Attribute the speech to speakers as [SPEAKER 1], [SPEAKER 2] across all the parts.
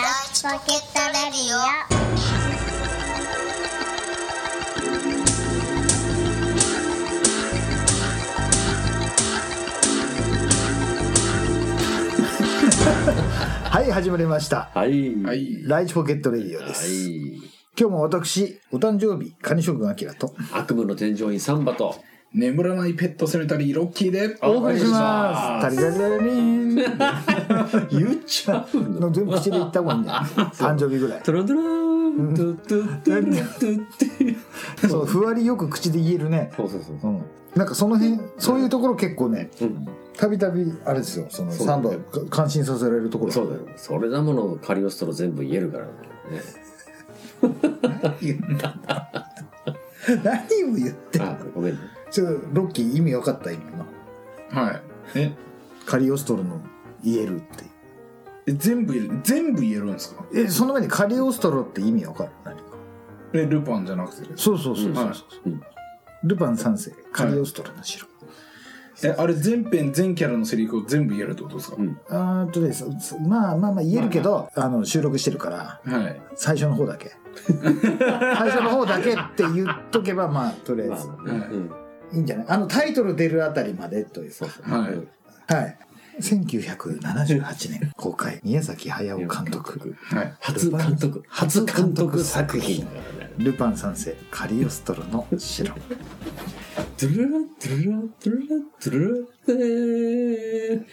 [SPEAKER 1] ポケットレディオ
[SPEAKER 2] はい、始まりました。
[SPEAKER 3] はい。は。
[SPEAKER 4] はいい。
[SPEAKER 2] ライチポケットレディオです。今日も私、お誕生日、カニ将軍アキラと
[SPEAKER 3] 悪夢の天井員サンバと。
[SPEAKER 4] 眠らないペットセメタリーロッキーで
[SPEAKER 2] お送りします。
[SPEAKER 4] す。
[SPEAKER 2] タリタリタリリ ー
[SPEAKER 3] 言っちゃう
[SPEAKER 2] ンの全部口で言った方が いいんじゃない誕生日ぐらい。
[SPEAKER 3] トロントローン、トゥットゥットゥットゥットゥッ
[SPEAKER 2] そう、ふわりよく口で言えるね。
[SPEAKER 3] そうそうそう
[SPEAKER 2] う。ん。なんかその辺、そういうところ結構ね、
[SPEAKER 3] うん、
[SPEAKER 2] たびたび、あれですよ、その、
[SPEAKER 3] そう
[SPEAKER 2] サンバを感心させられるところ。
[SPEAKER 3] そうだよ。それなもの、カリオストロ全部言えるからね。
[SPEAKER 2] 言ったんだ 何を言ってんの
[SPEAKER 3] あ、ごめんね。
[SPEAKER 2] ちょっと、ロッキー意味分かった今の。
[SPEAKER 4] はい。え、
[SPEAKER 2] カリオストロの言えるっていう。
[SPEAKER 4] え全部言える全部言えるんですか？
[SPEAKER 2] え、その前にカリオストロって意味分かる何か。
[SPEAKER 4] え、ルパンじゃなくて。
[SPEAKER 2] そうそうそうそうそう、
[SPEAKER 3] うん
[SPEAKER 2] ルパン三世カリオストロの城、
[SPEAKER 4] え、あれ全編全キャラのセリフを全部言えるってことですか
[SPEAKER 3] う？ん
[SPEAKER 2] あーっとですまあまあまあ言えるけど、あの収録してるから
[SPEAKER 4] はい。
[SPEAKER 2] 最初の方だけ最初の方だけって言っとけばまあとりあえ
[SPEAKER 3] ま
[SPEAKER 2] ず
[SPEAKER 3] あ、うん。
[SPEAKER 2] いいんじゃないあのタイトル出るあたりまでという
[SPEAKER 3] そうそう。
[SPEAKER 4] はい
[SPEAKER 3] うん
[SPEAKER 2] はい1978年公開宮崎駿監督
[SPEAKER 4] はい。
[SPEAKER 3] 初監督、初監督作品。
[SPEAKER 2] 「ルパン三世カリオストロの城」
[SPEAKER 3] ドゥルラドゥルラドゥルラドゥルラでー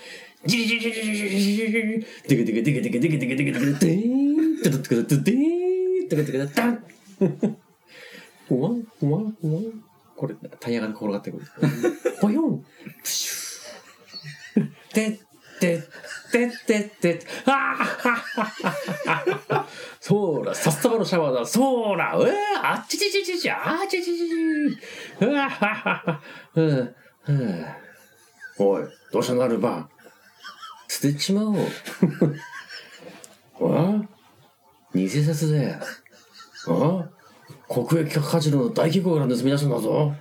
[SPEAKER 3] ジリジリジリジリジリジリデケデケデケデケデケデケデケデケデケデーンドゥドゥドゥドゥドゥデーンドゥドゥドゥドゥダンふわんふわんふわんこれタイヤが転がってくるぽよんプシューてってってってってあーはっはっはっはそうださっさばのシャワーだそうだうわあっちちちちちあっちちちちうわはっはっはうんうんおいどうしたなるば捨てち まおうあ偽札だよあ国益カジノの大規模から盗み出したんだぞ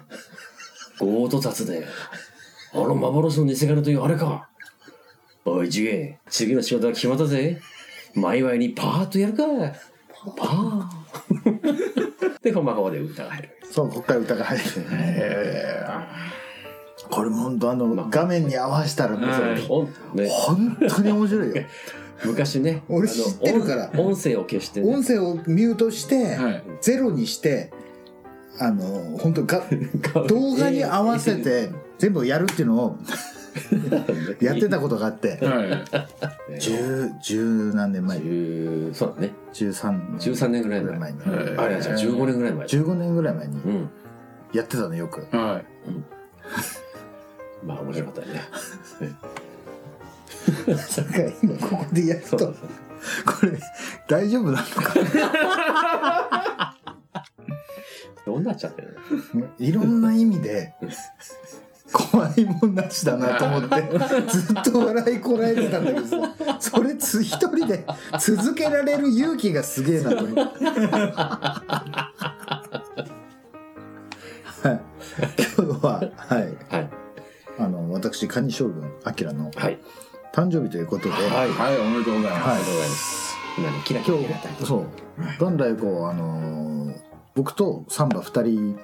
[SPEAKER 3] 強盗殺であの幻の偽金というあれかおい次元次の仕事は決まったぜ前々にパーッとやるかパーでこんばんはで歌が入る
[SPEAKER 2] そうこっから歌が入る
[SPEAKER 4] え
[SPEAKER 2] これも本当あの
[SPEAKER 3] まあ
[SPEAKER 2] 画面に合わせたらもう
[SPEAKER 4] はい
[SPEAKER 3] おね、
[SPEAKER 2] 本当に面白いよ
[SPEAKER 3] 昔ね
[SPEAKER 2] 俺
[SPEAKER 3] あの
[SPEAKER 2] 知ってるから
[SPEAKER 3] 音音声を消して、ね、
[SPEAKER 2] 音声をミュートして、
[SPEAKER 4] ーはい。
[SPEAKER 2] ゼロにしてあの本当が動画に合わせて全部やるっていうのをやってたことがあって
[SPEAKER 4] は
[SPEAKER 2] 十十何年前
[SPEAKER 3] 10そうだね
[SPEAKER 2] 13
[SPEAKER 3] 13年ぐらい
[SPEAKER 2] ぐ
[SPEAKER 3] 前
[SPEAKER 2] らい前に
[SPEAKER 4] い。
[SPEAKER 3] あれじゃあ15年ぐらい前
[SPEAKER 2] 15年ぐらい前に
[SPEAKER 3] うん
[SPEAKER 2] やってたのよく
[SPEAKER 4] 年。はい。
[SPEAKER 3] まあ面白かったよね
[SPEAKER 2] だから今ここでやる
[SPEAKER 3] そ
[SPEAKER 2] と
[SPEAKER 3] うそう
[SPEAKER 2] こ
[SPEAKER 3] そう
[SPEAKER 2] れ大丈夫なのか
[SPEAKER 3] どうなっちゃってる
[SPEAKER 2] いろんな意味で怖いもんなしだなと思ってずっと笑いこらえてたんだけどさそれつ一人で続けられる勇気がすげえなと思って。はい今日は、はい、
[SPEAKER 3] はい
[SPEAKER 2] あの私カニ将軍アキラの
[SPEAKER 3] はい
[SPEAKER 2] 誕生日ということで、
[SPEAKER 3] はいあ
[SPEAKER 4] はい。おめでとうござい
[SPEAKER 2] は
[SPEAKER 4] ま
[SPEAKER 3] りがとうございます今ねキラキラ
[SPEAKER 2] 今
[SPEAKER 3] キラキラ
[SPEAKER 2] 日そう元来こうあのー僕とサンバ2人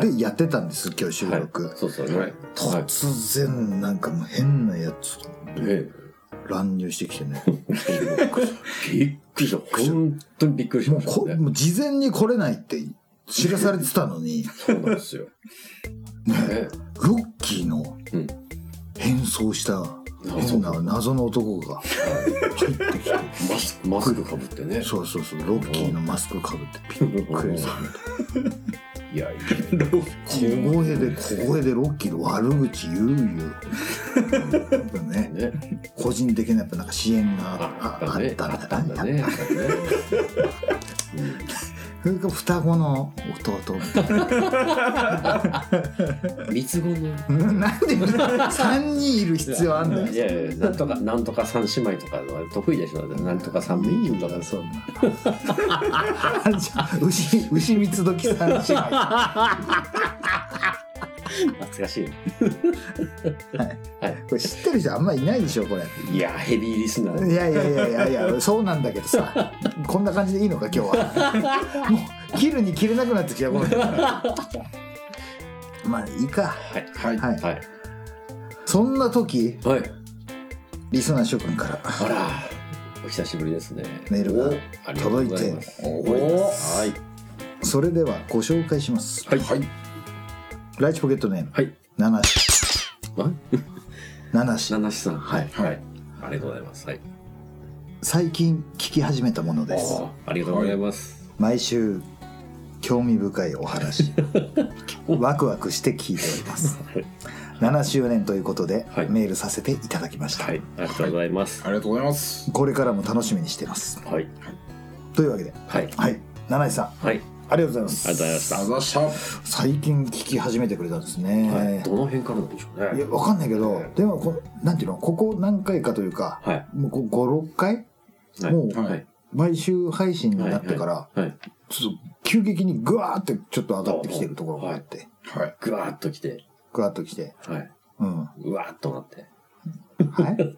[SPEAKER 2] でやってたんです、今日収録、
[SPEAKER 3] はいそうそうね
[SPEAKER 4] はい
[SPEAKER 3] はい
[SPEAKER 2] 突然なんかもう変なやつ
[SPEAKER 3] え
[SPEAKER 2] 乱入してきてね
[SPEAKER 3] えびっくりした本当にびっくりし
[SPEAKER 2] も
[SPEAKER 3] ま
[SPEAKER 2] う
[SPEAKER 3] した
[SPEAKER 2] こ
[SPEAKER 3] ね
[SPEAKER 2] もう事前に来れないって知らされてたのに
[SPEAKER 3] そうなんですよね
[SPEAKER 2] ロッキーの
[SPEAKER 3] うん
[SPEAKER 2] 変装した変な謎の男が入ってきて
[SPEAKER 3] マスクマスクかぶってね
[SPEAKER 2] そうそうそうロッキーのマスクかぶってびっくりさ
[SPEAKER 3] いやいや
[SPEAKER 4] す。ロッキ
[SPEAKER 2] れて
[SPEAKER 4] ー。
[SPEAKER 2] 小声で小声でロッキーの悪口言うよやっぱね
[SPEAKER 3] ね
[SPEAKER 2] 個人的なやっぱなんか支援が
[SPEAKER 3] あ
[SPEAKER 2] ああ
[SPEAKER 3] あった
[SPEAKER 2] っ
[SPEAKER 3] ね
[SPEAKER 2] た
[SPEAKER 3] あ
[SPEAKER 2] ん
[SPEAKER 3] っ
[SPEAKER 2] だ
[SPEAKER 3] たんだねあったねうん
[SPEAKER 2] それから双子の弟みたい
[SPEAKER 3] 三つ子の
[SPEAKER 2] ななんで3人いる必要あんだよ
[SPEAKER 3] いやいやなんとかなんとか三姉妹とかは得意でしょなんとか三
[SPEAKER 2] い
[SPEAKER 3] 人
[SPEAKER 2] い
[SPEAKER 3] とか
[SPEAKER 2] よそんな牛牛三つ時三姉妹
[SPEAKER 3] 懐かしい。
[SPEAKER 2] これ知ってる人あんまいないでしょこれ
[SPEAKER 3] いやー、ヘビーリスナー。
[SPEAKER 2] いやいやいやいやいやそうなんだけどさこんな感じでいいのか今日はもう切るに切れなくなってきたこのまあいいか
[SPEAKER 3] はい。
[SPEAKER 4] はい。
[SPEAKER 2] はい
[SPEAKER 3] はい。
[SPEAKER 2] そんな時
[SPEAKER 3] はい。
[SPEAKER 2] リスナー諸君から
[SPEAKER 3] あら、お久しぶりですね。
[SPEAKER 2] メールが
[SPEAKER 3] おありがとうございます。
[SPEAKER 2] 届い
[SPEAKER 4] ておりま
[SPEAKER 3] はい。
[SPEAKER 2] それではご紹介します
[SPEAKER 3] はい。はい。
[SPEAKER 2] ライチポケットネーム
[SPEAKER 3] はい。
[SPEAKER 2] ナナシナナシ
[SPEAKER 3] ナナシさん。はい。
[SPEAKER 4] はい
[SPEAKER 3] はい。ありがとうございます。はい。
[SPEAKER 2] 最近聞き始めたものです
[SPEAKER 3] おーありがとうございます。
[SPEAKER 2] 毎週興味深いお 話ワクワクして聞いております7周年ということで、
[SPEAKER 3] はい
[SPEAKER 2] メールさせていただきました、
[SPEAKER 3] はい。ありがとうございます。
[SPEAKER 4] ありがとうございます。
[SPEAKER 2] これからも楽しみにしています
[SPEAKER 3] はい。
[SPEAKER 2] というわけで
[SPEAKER 3] はい。
[SPEAKER 2] はい七井さん
[SPEAKER 3] はい。
[SPEAKER 2] ありがとうございます
[SPEAKER 3] ありがとうございまし
[SPEAKER 4] あ
[SPEAKER 3] た。
[SPEAKER 4] りがとうございまし
[SPEAKER 2] 最近聞き始めてくれたんですね、
[SPEAKER 3] はい。どの辺からなんでしょう
[SPEAKER 2] い、
[SPEAKER 3] ね。
[SPEAKER 2] やわかんないけどでもこなんていうのここ何回かというか
[SPEAKER 3] はい。
[SPEAKER 2] もう56回、
[SPEAKER 3] はい
[SPEAKER 2] もう
[SPEAKER 4] た。はい。
[SPEAKER 2] 毎週配信になってから、
[SPEAKER 3] はい。
[SPEAKER 2] ちょっと急激にグワーってちょっと上がってきてるところがあって、
[SPEAKER 4] はい。
[SPEAKER 3] ぐわーっと来て。
[SPEAKER 2] グワーっときて
[SPEAKER 3] はい。
[SPEAKER 2] うんは
[SPEAKER 3] うわーっとなって。
[SPEAKER 2] いはい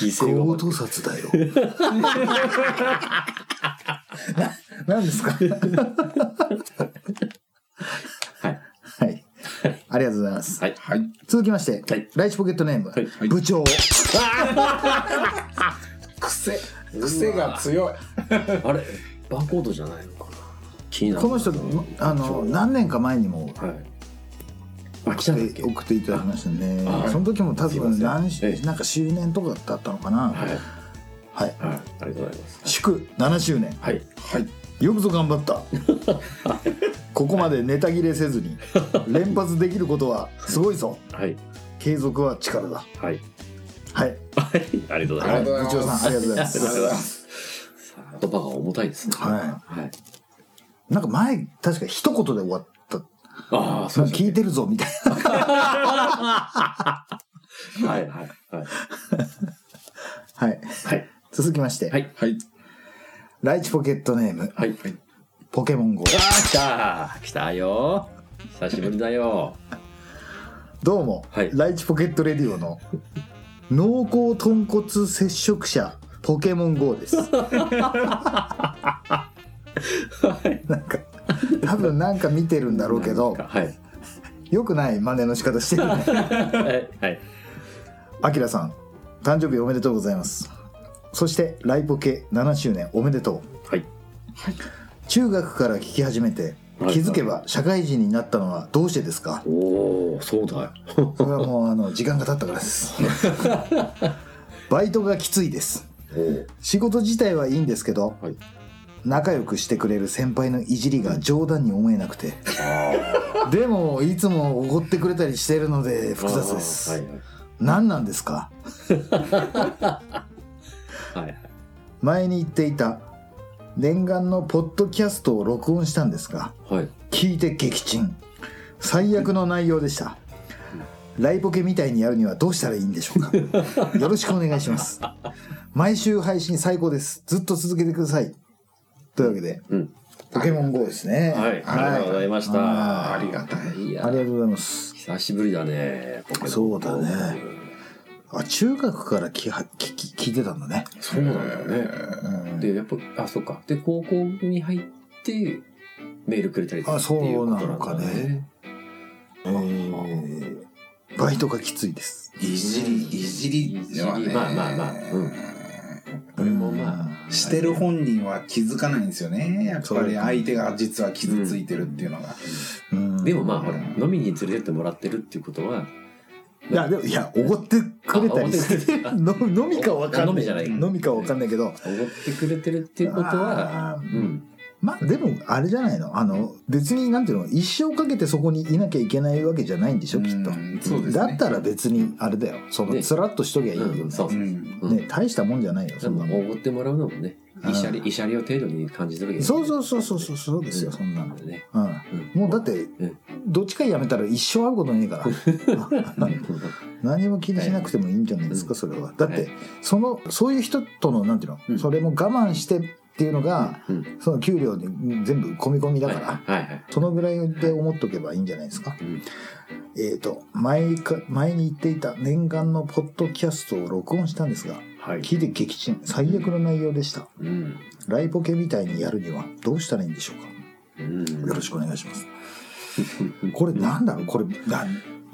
[SPEAKER 3] 犠牲
[SPEAKER 2] 強
[SPEAKER 3] を。
[SPEAKER 2] 盗殺だよ。 な、なんですか。
[SPEAKER 3] はい。
[SPEAKER 2] はい。ありがとうございます。
[SPEAKER 3] はい。
[SPEAKER 4] はい。
[SPEAKER 2] 続きまして、
[SPEAKER 3] はい
[SPEAKER 2] ライチポケットネーム、
[SPEAKER 3] はい
[SPEAKER 4] い
[SPEAKER 2] 部長。
[SPEAKER 4] 癖。癖が強い。
[SPEAKER 3] あれ、バーコードじゃないのかな。気になる。
[SPEAKER 2] この人、あの、何年か前にも。
[SPEAKER 3] はい。あ、来たん
[SPEAKER 2] 送
[SPEAKER 3] だっ
[SPEAKER 2] っ
[SPEAKER 3] け
[SPEAKER 2] て。送っていただきましたね
[SPEAKER 3] あはい。
[SPEAKER 2] その時も多
[SPEAKER 3] すいま
[SPEAKER 2] 分
[SPEAKER 3] せん
[SPEAKER 2] 何し
[SPEAKER 3] ええ
[SPEAKER 2] なんか周年とかだったのか
[SPEAKER 3] は
[SPEAKER 2] な。
[SPEAKER 3] い。
[SPEAKER 2] はい。
[SPEAKER 3] はい。ありがとうございます。
[SPEAKER 2] 祝7周年。
[SPEAKER 3] はい。
[SPEAKER 4] はい。
[SPEAKER 2] よくぞ頑張 った。ここまでネタ切れせずに連発できることはすごいぞ。
[SPEAKER 3] はい。
[SPEAKER 2] 継続は力だ。
[SPEAKER 3] はい。
[SPEAKER 2] はい。
[SPEAKER 3] はい。ありがとうござい
[SPEAKER 4] ありがとうござい
[SPEAKER 3] ま
[SPEAKER 4] ます
[SPEAKER 2] 部長さん、ありがとうございま
[SPEAKER 4] あ
[SPEAKER 2] す。
[SPEAKER 4] りがとうございます。
[SPEAKER 3] す。言葉が重たいですね。
[SPEAKER 2] は
[SPEAKER 3] はい。
[SPEAKER 2] い。なんか前、確か一言で終わった。
[SPEAKER 3] ああ、そうです
[SPEAKER 2] 聞いてるぞ、みたいな。
[SPEAKER 3] ね。はい。はい。はい。
[SPEAKER 2] はい。
[SPEAKER 3] はい。
[SPEAKER 2] 続きまして、
[SPEAKER 3] はい。
[SPEAKER 4] はい。
[SPEAKER 2] ライチポケットネーム、
[SPEAKER 3] はい。
[SPEAKER 2] ポケモン GO。
[SPEAKER 3] ああ、来た。来たよ。久しぶりだよ。
[SPEAKER 2] どうも、
[SPEAKER 3] はい
[SPEAKER 2] ライチポケットレディオの濃厚豚骨接触者、ポケモン GO です。なんか、多分なんか見てるんだろうけど、
[SPEAKER 3] はい。
[SPEAKER 2] よくない真似の仕方してるね。
[SPEAKER 3] はい。はい。
[SPEAKER 2] あきらさん誕生日おめでとうございますそしてライポケ7周年おめでとう
[SPEAKER 3] はい。
[SPEAKER 2] 中学から聞き始めて
[SPEAKER 3] はい
[SPEAKER 2] 気づけば社会人になったのはどうしてですか
[SPEAKER 3] おお、そうだよ。
[SPEAKER 2] それはもうあの時間が経ったからです バイトがきついです
[SPEAKER 3] おお。
[SPEAKER 2] 仕事自体はいいんですけど
[SPEAKER 3] はい。
[SPEAKER 2] 仲良くしてくれる先輩のいじりが冗談に思えなくてでもいつも怒ってくれたりしてるので複雑です、
[SPEAKER 3] はい。はい。
[SPEAKER 2] 何なんですか
[SPEAKER 3] はい。
[SPEAKER 2] 前に言っていた念願のポッドキャストを録音したんですが
[SPEAKER 3] はい。
[SPEAKER 2] 聞いて撃沈最悪の内容でしたライポケみたいにやるにはどうしたらいいんでしょう かよろしくお願いします毎週配信最高ですずっと続けてくださいというわけで
[SPEAKER 3] うん。
[SPEAKER 2] ポケモン GO ですね
[SPEAKER 3] はい。ありがとうございまし
[SPEAKER 2] は
[SPEAKER 3] た。
[SPEAKER 4] ありがたい。
[SPEAKER 3] いや
[SPEAKER 2] ありがとうございます
[SPEAKER 3] 久しぶりだね。ポケモン
[SPEAKER 2] そうだね。あ中学から聞は聞き聞いてたんだね
[SPEAKER 3] そうなんだよね。
[SPEAKER 2] うん
[SPEAKER 3] で、やっぱ、あ、そうか。で、高校に入って、メールくれたりと
[SPEAKER 2] あ
[SPEAKER 3] かってい
[SPEAKER 2] そうう
[SPEAKER 3] こと
[SPEAKER 2] な
[SPEAKER 3] な
[SPEAKER 2] の
[SPEAKER 3] んだ
[SPEAKER 2] かね
[SPEAKER 3] ね。
[SPEAKER 2] えーバイトがきついです
[SPEAKER 4] いじり、いじりはね。
[SPEAKER 3] まあまあまあうんこれもまあ。
[SPEAKER 4] してる本人は気づかないんですよね。やっぱり相手が実は傷ついてるっていうのが。
[SPEAKER 2] うん
[SPEAKER 3] でもまあ、ほら、飲みに連れてってもらってるっていうことは、
[SPEAKER 2] いやでもいやおごってくれたり して
[SPEAKER 3] あ
[SPEAKER 2] 飲みかわかんない
[SPEAKER 3] 飲みじゃない
[SPEAKER 2] 飲みかわかんないけど
[SPEAKER 3] おごってくれてるっていうことは、
[SPEAKER 2] あ
[SPEAKER 3] う
[SPEAKER 2] ー
[SPEAKER 3] ん。
[SPEAKER 2] まあでもあれじゃないのあの別になんていうの一生かけてそこにいなきゃいけないわけじゃないんでしょきっと
[SPEAKER 4] うんそうですね
[SPEAKER 2] だったら別にあれだよその
[SPEAKER 3] ね
[SPEAKER 2] つらっとしときゃいいよ
[SPEAKER 3] うんそう
[SPEAKER 4] う
[SPEAKER 3] そう。
[SPEAKER 4] ん。
[SPEAKER 3] うん
[SPEAKER 2] ね大したもんじゃないよ
[SPEAKER 3] で
[SPEAKER 2] そん
[SPEAKER 3] も
[SPEAKER 2] なも
[SPEAKER 3] お
[SPEAKER 2] ん
[SPEAKER 3] ごってもらうのもね、
[SPEAKER 2] うん
[SPEAKER 3] 慰謝料慰謝料程度に感じてるけど。
[SPEAKER 2] そう
[SPEAKER 3] う。
[SPEAKER 2] そうそうそうそうそうですよそんなの
[SPEAKER 3] ね。
[SPEAKER 2] う
[SPEAKER 3] うん
[SPEAKER 2] んもうだって
[SPEAKER 3] ん
[SPEAKER 2] どっちかやめたら一生会うことねえから何も気にしなくてもいいんじゃないですか、
[SPEAKER 3] うん
[SPEAKER 2] それはだって、
[SPEAKER 3] は
[SPEAKER 2] そのそういう人とのなんていうの、
[SPEAKER 3] うん
[SPEAKER 2] それも我慢してっていうのが、
[SPEAKER 3] うん
[SPEAKER 2] その給料でうん全部込み込みだから、
[SPEAKER 3] はいはいはい
[SPEAKER 2] そのぐらいで思っとけばいいんじゃないですか。
[SPEAKER 3] うん
[SPEAKER 2] えー、と前か前に言っていた念願のポッドキャストを録音したんですが
[SPEAKER 3] はい
[SPEAKER 2] 聞いて撃沈最悪の内容でした
[SPEAKER 3] うん
[SPEAKER 2] ライポケみたいにやるにはどうしたらいいんでしょうか
[SPEAKER 3] うん
[SPEAKER 2] よろしくお願いしますこれなんだろうこれな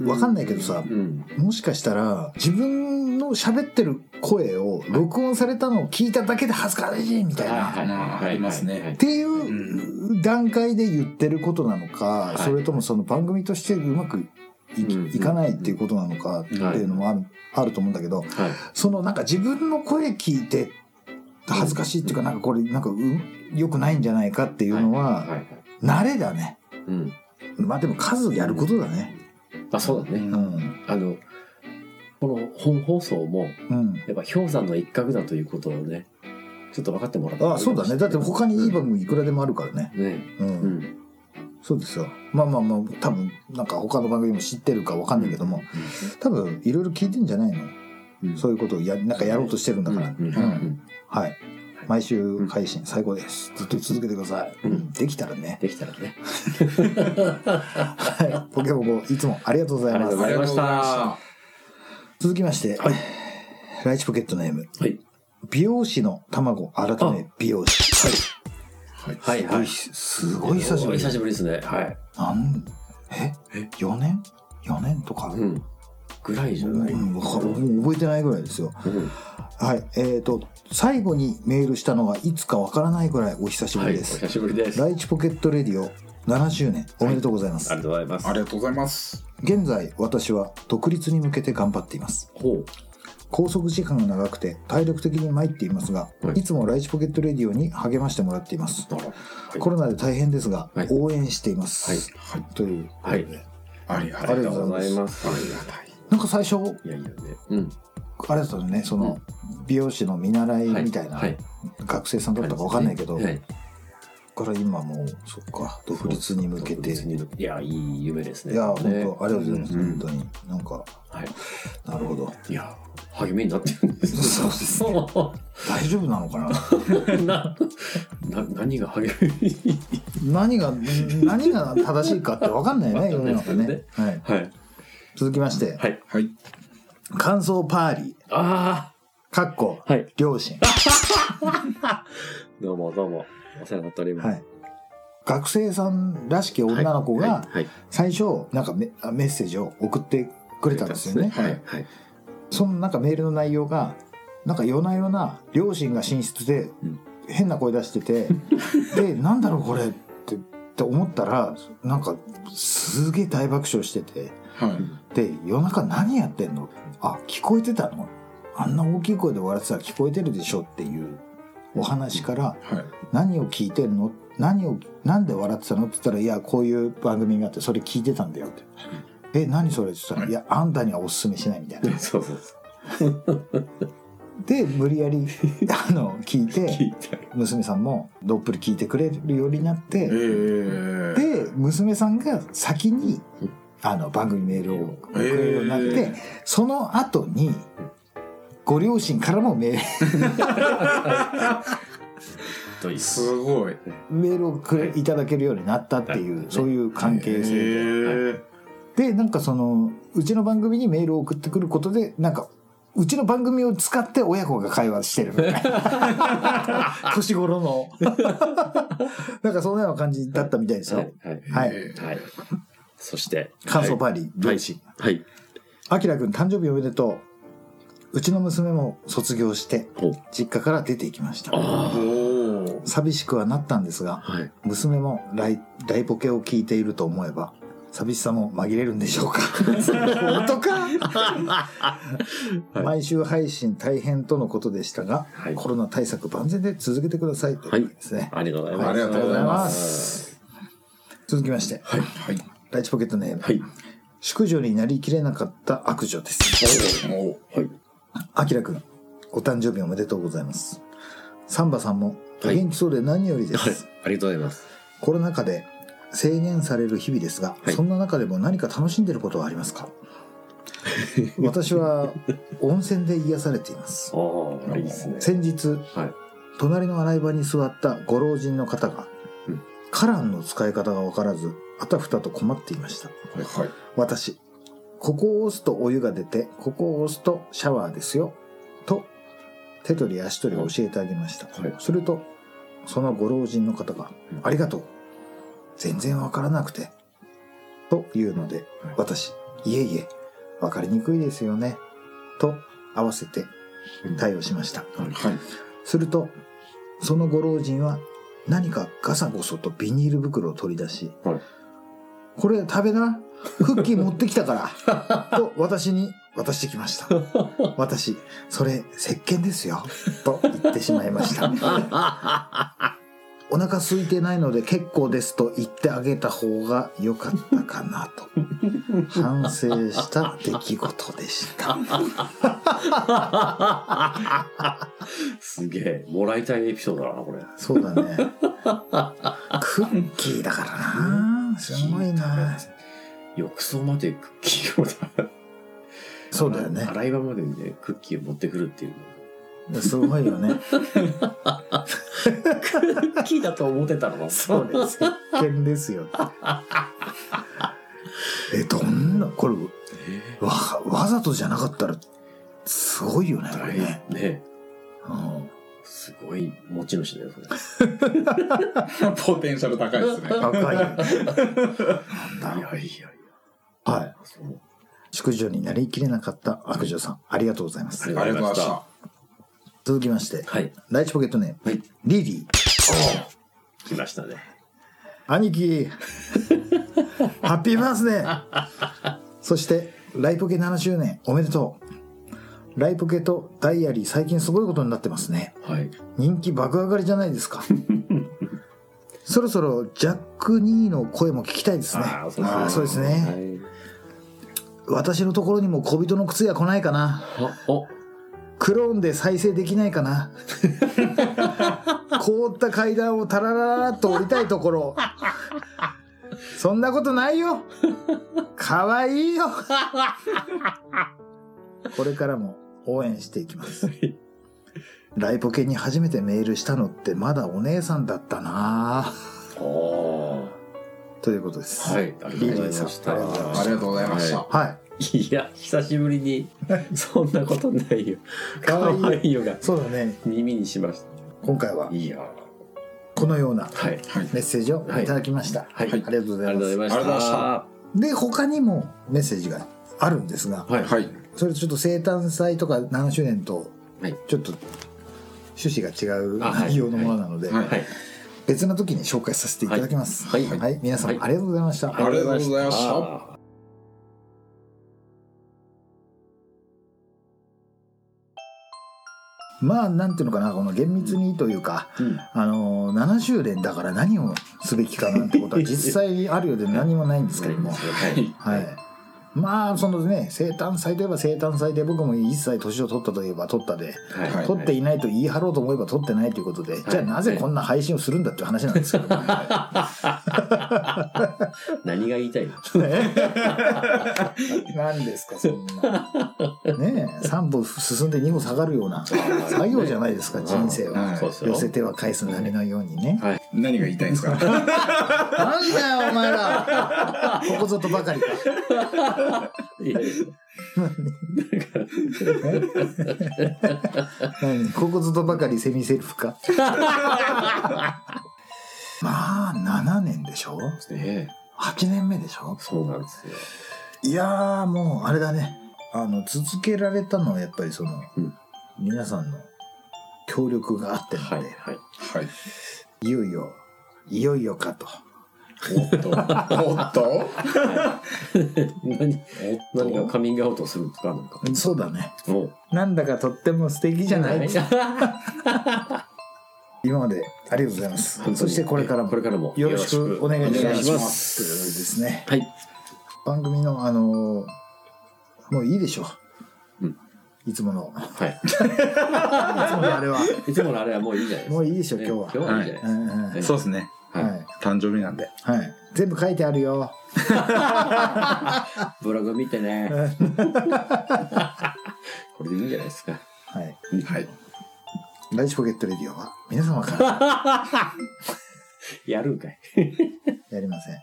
[SPEAKER 2] わかんないけどさ
[SPEAKER 3] うん
[SPEAKER 2] もしかしたら自分の喋ってる声を録音されたのを聞いただけで恥ずかしいみたいな
[SPEAKER 3] はいはいはいはい
[SPEAKER 4] ありますね
[SPEAKER 3] はい
[SPEAKER 2] っていう段階で言ってることなのか、
[SPEAKER 3] い
[SPEAKER 2] それともその番組としてうまくい,、
[SPEAKER 3] うん
[SPEAKER 2] かないっていうことなのかっていうのもある,、あると思うんだけど
[SPEAKER 3] はい
[SPEAKER 2] そのなんか自分の声聞いて恥ずかしいっていうかなんかこれなんかうよくないんじゃないかっていうの
[SPEAKER 3] はいは
[SPEAKER 2] はい慣れだね
[SPEAKER 3] うん
[SPEAKER 2] まあでも数やることだね
[SPEAKER 3] まあそうだ
[SPEAKER 4] う
[SPEAKER 3] ね
[SPEAKER 2] うんん
[SPEAKER 3] あのこの本放送も
[SPEAKER 2] うん
[SPEAKER 3] やっぱ氷山の一角だということをねちょっと分かってもらった
[SPEAKER 2] あそうだねだって他にいい番組いくらでもあるからね
[SPEAKER 3] ね
[SPEAKER 2] う
[SPEAKER 3] うんん
[SPEAKER 2] そうですよまあまあまあ多分なんか他の番組も知ってるかわかんないけども多分いろいろ聞いてんじゃないの
[SPEAKER 3] うん
[SPEAKER 2] そういうことをや、なんかやろうとしてるんだから。
[SPEAKER 3] う
[SPEAKER 2] う
[SPEAKER 3] んうん
[SPEAKER 2] んはい。毎週配信、最高です。ずっと続けてください。
[SPEAKER 3] うん
[SPEAKER 2] できたらね。
[SPEAKER 3] できたらね
[SPEAKER 2] はい。ポケポコ、いつもありがとうございま。
[SPEAKER 3] ありがとうございますす
[SPEAKER 2] 続きまして、
[SPEAKER 3] はい
[SPEAKER 2] ライチポケットネーム、
[SPEAKER 3] はい
[SPEAKER 2] 美容師の卵改め美容師。
[SPEAKER 4] はい
[SPEAKER 3] はいはい
[SPEAKER 2] すごい久しぶり。
[SPEAKER 3] 久しぶりですねはい
[SPEAKER 2] なんえ
[SPEAKER 3] え
[SPEAKER 2] ?4 年 ?4 年とか、
[SPEAKER 3] うんぐらいじゃない
[SPEAKER 2] うんわかるもう覚えてないぐらいですよ。
[SPEAKER 3] うん
[SPEAKER 2] はい。えっ、と、最後にメールしたのがいつかわからないぐらいお久しぶ
[SPEAKER 3] はい
[SPEAKER 2] り
[SPEAKER 3] お
[SPEAKER 2] です。
[SPEAKER 3] 久しぶりですあ
[SPEAKER 2] ライチポケットレディオ70年おめでとうございます、
[SPEAKER 3] りがとうございます
[SPEAKER 4] ありがとうございます
[SPEAKER 2] 現在私は独立に向けて頑張っています
[SPEAKER 3] ほ
[SPEAKER 2] 拘束時間が長くて体力的に参っていますが、
[SPEAKER 3] はい
[SPEAKER 2] い、つもライチポケットレディオに励ましてもらっています
[SPEAKER 3] うはい
[SPEAKER 2] コロナで大変ですが、
[SPEAKER 3] はい
[SPEAKER 2] 応援しています、
[SPEAKER 4] はい
[SPEAKER 2] という
[SPEAKER 3] はい
[SPEAKER 4] ありが
[SPEAKER 3] あ
[SPEAKER 4] たい
[SPEAKER 3] りがとうございます
[SPEAKER 4] ありがたい
[SPEAKER 2] なんか最初
[SPEAKER 3] いやいやねうん
[SPEAKER 2] あれだったのねその美容師の見習いみたいな
[SPEAKER 3] はい
[SPEAKER 2] 学生さんだったか分かんないけど、
[SPEAKER 3] は
[SPEAKER 2] ここから今もうそっか独立に向けて
[SPEAKER 3] 独立にいやいい夢ですね
[SPEAKER 2] いや本当ありがとうございます、
[SPEAKER 3] うん
[SPEAKER 2] 本当になんか
[SPEAKER 3] はい
[SPEAKER 2] なるほど
[SPEAKER 3] いや励みになってるんですね
[SPEAKER 2] そうです 大丈夫なのかな
[SPEAKER 3] なな何が励みに
[SPEAKER 2] 何が何が正しいかって分かんない ね世の中ね、はい、
[SPEAKER 3] はい
[SPEAKER 2] 続きまして
[SPEAKER 3] はい
[SPEAKER 4] はい
[SPEAKER 2] 感想パーリ
[SPEAKER 3] あ
[SPEAKER 2] ーかっこ
[SPEAKER 3] あはい
[SPEAKER 2] 両親
[SPEAKER 3] どうもどうもお世話になっております、
[SPEAKER 2] はい学生さんらしき女の子
[SPEAKER 3] はい
[SPEAKER 2] が
[SPEAKER 3] はい
[SPEAKER 2] 最初なんかメメッセージを送ってくれたんですよね
[SPEAKER 3] はいはい
[SPEAKER 2] そのなんかメールの内容がなんか夜な夜な両親が寝室で
[SPEAKER 3] うん
[SPEAKER 2] 変な声出して てでなんだろうこれってって思ったらなんかすげえ大爆笑してて
[SPEAKER 4] はい
[SPEAKER 2] で夜中何やってんのあ聞こえてたのあんな大きい声で笑ってたら聞こえてるでしょっていうお話から
[SPEAKER 4] はい
[SPEAKER 2] 何を聞いてるの何をなんで笑ってたのって言ったら「いやこういう番組があってそれ聞いてたんだよ」って「え何それ?」って言ったら「いやあんたにはおすすめしない」みたいな。
[SPEAKER 3] そうそうそう
[SPEAKER 2] で無理や りあの聞い
[SPEAKER 3] 聞
[SPEAKER 2] て
[SPEAKER 3] いたよ
[SPEAKER 2] 娘さんもどっぷり聞いてくれるようになって
[SPEAKER 4] えー
[SPEAKER 2] で娘さんが先に
[SPEAKER 3] うん
[SPEAKER 2] あの番組メールを送れるようになって、
[SPEAKER 4] へえ
[SPEAKER 2] その後にご両親からもメー
[SPEAKER 3] という
[SPEAKER 4] すごい
[SPEAKER 2] ルメールをくれいただけるようになったっていう、
[SPEAKER 3] はい
[SPEAKER 2] そういう関係
[SPEAKER 4] え
[SPEAKER 2] 性で。
[SPEAKER 4] ー
[SPEAKER 2] でなんかそのうちの番組にメールを送ってくることでなんかうちの番組を使って親子が会話してるみたい な年頃のなんかそんなような感じだったみたいですよ。
[SPEAKER 3] はい
[SPEAKER 2] はい
[SPEAKER 4] えー
[SPEAKER 3] はいそして
[SPEAKER 2] 感想パーリー、
[SPEAKER 3] はい
[SPEAKER 2] 両親
[SPEAKER 3] はい
[SPEAKER 2] あきらくん誕生日おめでとう。うちの娘も卒業して、
[SPEAKER 3] お
[SPEAKER 2] 実家から出て行きました。
[SPEAKER 3] あ
[SPEAKER 4] おー
[SPEAKER 2] 寂しくはなったんですが、
[SPEAKER 3] あはい
[SPEAKER 2] 娘もライライポケを聞いていると思えば、寂しさも紛れるんでしょうか。 本当か、
[SPEAKER 3] い
[SPEAKER 2] 毎週配信大変とのことでしたが、
[SPEAKER 3] はい
[SPEAKER 2] コロナ対策万全で続けてくださいということですね。。
[SPEAKER 3] ありがとうございます
[SPEAKER 4] ありがとうございます
[SPEAKER 2] 続きまして、
[SPEAKER 4] はい
[SPEAKER 2] ライチポケットネーム、
[SPEAKER 3] はい
[SPEAKER 2] 淑女になりきれなかった悪女です。
[SPEAKER 4] おー
[SPEAKER 3] はい
[SPEAKER 2] あきらくん、お誕生日おめでとうございます。サンバさんも、お
[SPEAKER 3] はい
[SPEAKER 2] 元気そうで何よりです。
[SPEAKER 3] はいありがとうございます
[SPEAKER 2] コロナ禍で制限される日々ですが、
[SPEAKER 3] はい
[SPEAKER 2] そんな中でも何か楽しんでることはあります か私は温泉で癒されています。
[SPEAKER 3] ああいいですね
[SPEAKER 2] 先日、
[SPEAKER 3] はい
[SPEAKER 2] 隣の洗い場に座ったご老人の方が、
[SPEAKER 3] うん
[SPEAKER 2] カランの使い方がわからずあたふたと困っていました
[SPEAKER 4] はい。
[SPEAKER 2] 私ここを押すとお湯が出てここを押すとシャワーですよと手取り足取り教えてあげました、
[SPEAKER 3] はい
[SPEAKER 2] するとそのご老人の方が
[SPEAKER 3] うん
[SPEAKER 2] 「ありがとう全然わからなくて」というので
[SPEAKER 3] はい
[SPEAKER 2] 私「いえいえわかりにくいですよね」と合わせて対応しました
[SPEAKER 4] はい。
[SPEAKER 2] するとそのご老人は何かガサゴソとビニール袋を取り出し
[SPEAKER 3] はい
[SPEAKER 2] 「これ食べなクッキー持ってきたから」 と私に渡してきました私それ石鹸ですよと言ってしまいま したお腹空いてないので結構ですと言ってあげた方が良かったかなと反省した出来事でした
[SPEAKER 3] すげえ。もらいたいエピソードだな、これ。
[SPEAKER 2] そうだねクッキーだからなすごいな
[SPEAKER 3] 浴槽までクッキーをだ。
[SPEAKER 2] そうだよね
[SPEAKER 3] 洗い場までね、クッキーを持ってくるっていうの。
[SPEAKER 2] すごいよね
[SPEAKER 3] クッキーだと思ってたの
[SPEAKER 2] そうです石鹸ですよ えどんなこれわわざとじゃなかったらすごいよねこれね、
[SPEAKER 3] ね。ね。
[SPEAKER 2] うん
[SPEAKER 3] すごい持ち主だよ、それ。
[SPEAKER 4] ポテンシャル高い ですね。
[SPEAKER 2] 赤いよね なんだ
[SPEAKER 3] いやいやいや。
[SPEAKER 2] はい
[SPEAKER 3] そう。
[SPEAKER 2] 淑女になりきれなかった悪女さんありがとうございます
[SPEAKER 4] ありがとうございました。
[SPEAKER 2] 続きまして
[SPEAKER 3] はい。
[SPEAKER 2] 第一ポケットネーム、
[SPEAKER 3] はい
[SPEAKER 2] リリー
[SPEAKER 3] 来ましたね。
[SPEAKER 2] 兄貴ハッピーバースデーそしてライポケ7周年おめでとうライポケとダイアリー最近すごいことになってますね
[SPEAKER 3] はい。
[SPEAKER 2] 人気爆上がりじゃない ですかそろそろジャック・ニーの声も聞きたいですね
[SPEAKER 3] あーそう
[SPEAKER 2] ーそう
[SPEAKER 3] ですね
[SPEAKER 2] ですね、
[SPEAKER 3] はい。
[SPEAKER 2] 私のところにも小人の靴や来ないかな
[SPEAKER 3] あ、お、
[SPEAKER 2] クローンで再生できないか な凍った階段をタラララーっと降りたいところそんなことないよかわいいよこれからも応援していきますライポケに初めてメールしたのってまだお姉さんだったなあ
[SPEAKER 3] お
[SPEAKER 2] ということです
[SPEAKER 3] はい。ありがとうございました。
[SPEAKER 2] リリーさん
[SPEAKER 4] ありがとうございました。
[SPEAKER 3] は
[SPEAKER 2] はい
[SPEAKER 3] い。いや、久しぶりに、 そんなことないよ。
[SPEAKER 2] かわいい
[SPEAKER 3] 可愛いよが
[SPEAKER 2] そうだね
[SPEAKER 3] 耳にしました。
[SPEAKER 2] 今回はい
[SPEAKER 3] やー
[SPEAKER 2] このような
[SPEAKER 3] はい。
[SPEAKER 4] はい。
[SPEAKER 2] メッセージをいただきました、
[SPEAKER 3] はい。
[SPEAKER 2] ありがとうご
[SPEAKER 3] あ
[SPEAKER 2] ざいま
[SPEAKER 3] りがとうござ
[SPEAKER 2] す
[SPEAKER 3] いま
[SPEAKER 4] ありがとうございまし
[SPEAKER 3] した。
[SPEAKER 2] で他にもメッセージがあるんですが
[SPEAKER 3] はい。
[SPEAKER 4] はい。
[SPEAKER 2] それちょっと生誕祭とか7周年と
[SPEAKER 3] はい
[SPEAKER 2] ちょっと趣旨が違う
[SPEAKER 3] あはい
[SPEAKER 2] 内容のものなので、
[SPEAKER 4] はい
[SPEAKER 3] はい。
[SPEAKER 2] 別の時に紹介させていただきます
[SPEAKER 3] はいはい
[SPEAKER 2] 皆さんありがとうございました、
[SPEAKER 4] ありがとうございました
[SPEAKER 3] あ
[SPEAKER 2] まあなんていうのかなこの厳密にというか、
[SPEAKER 3] ーうん
[SPEAKER 2] あのー7周年だから何をすべきかなんてことは実際にあるようで何もないんですけども
[SPEAKER 3] はい。
[SPEAKER 2] はい。まあそのね生誕祭といえば生誕祭で僕も一切年を取ったといえば取ったで、
[SPEAKER 3] は
[SPEAKER 4] はい
[SPEAKER 2] 取っていないと言い張ろうと思えば取ってないということで、じゃあなぜこんな配信をするんだっていう話なんですけど、
[SPEAKER 3] 何が言いたいの
[SPEAKER 2] 何ですかそんなねえ3歩進んで2歩下がるような作業じゃないですか人生は
[SPEAKER 4] はい
[SPEAKER 3] そうですよ
[SPEAKER 2] 寄せては返す波のようにね
[SPEAKER 3] はい。
[SPEAKER 4] 何が言いたいんですか
[SPEAKER 2] な んだよお前らここぞとばかりか
[SPEAKER 3] いやいや
[SPEAKER 2] 何ここぞとばかりセミセルフかまあ7年でしょ
[SPEAKER 3] ねえ
[SPEAKER 2] 8年目でしょ
[SPEAKER 3] そうなんですよ。
[SPEAKER 2] いやーもうあれだねあの続けられたのはやっぱりその、
[SPEAKER 3] うん
[SPEAKER 2] 皆さんの協力があってな
[SPEAKER 3] は
[SPEAKER 2] の
[SPEAKER 3] い
[SPEAKER 2] で、
[SPEAKER 3] はい。
[SPEAKER 4] はい。
[SPEAKER 2] い、よいよいよいよかと
[SPEAKER 4] おっと。おっと。
[SPEAKER 3] 何何
[SPEAKER 4] お
[SPEAKER 3] が
[SPEAKER 4] っ
[SPEAKER 3] カミングアウトするんですかなんか。
[SPEAKER 2] そうだね
[SPEAKER 3] もう
[SPEAKER 2] なんだかとっても素敵じゃない今までありがとうございま
[SPEAKER 3] 本当
[SPEAKER 2] す
[SPEAKER 3] に
[SPEAKER 2] そしてこれからも
[SPEAKER 3] これからも
[SPEAKER 2] よろしくお願いし
[SPEAKER 3] よ
[SPEAKER 2] ます
[SPEAKER 3] ろしくお願いします
[SPEAKER 2] ということでですね
[SPEAKER 3] はい。
[SPEAKER 2] 番組のあのーもういいでしょう、
[SPEAKER 3] うん
[SPEAKER 2] いつものい
[SPEAKER 3] は
[SPEAKER 2] つものあ
[SPEAKER 3] 。
[SPEAKER 2] れはい
[SPEAKER 3] いつものあれはもういいじゃないです
[SPEAKER 2] も
[SPEAKER 3] か。
[SPEAKER 2] ういいでしょう
[SPEAKER 3] ね
[SPEAKER 2] 今日
[SPEAKER 3] 今
[SPEAKER 2] は、
[SPEAKER 3] 日はいいじゃな
[SPEAKER 2] う
[SPEAKER 3] いです
[SPEAKER 2] んうんはい
[SPEAKER 4] そうですね。
[SPEAKER 3] か。はい。
[SPEAKER 4] 誕生日なんで。
[SPEAKER 2] はい、全部書いてあるよ
[SPEAKER 3] ブログ見て ね。これでいいんじゃないですか。
[SPEAKER 2] はい。
[SPEAKER 4] はい。
[SPEAKER 2] ライチポケットレディオは皆様から
[SPEAKER 3] やるんかい。
[SPEAKER 2] やりま せん。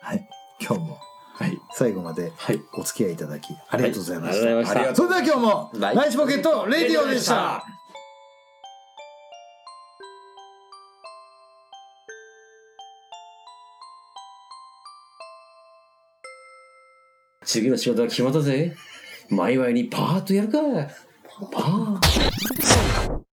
[SPEAKER 2] はい。今日も
[SPEAKER 3] はい。
[SPEAKER 2] 最後まで
[SPEAKER 3] はい。
[SPEAKER 2] お付き合いいただきありがとうございまし
[SPEAKER 3] は
[SPEAKER 2] た。
[SPEAKER 3] いありがとうございました。
[SPEAKER 2] それでは今日も
[SPEAKER 3] ライ
[SPEAKER 2] ライチポケットレディオでした。
[SPEAKER 3] 次の仕事が決まったぜ。前祝いにパーッとやるか。パーッ。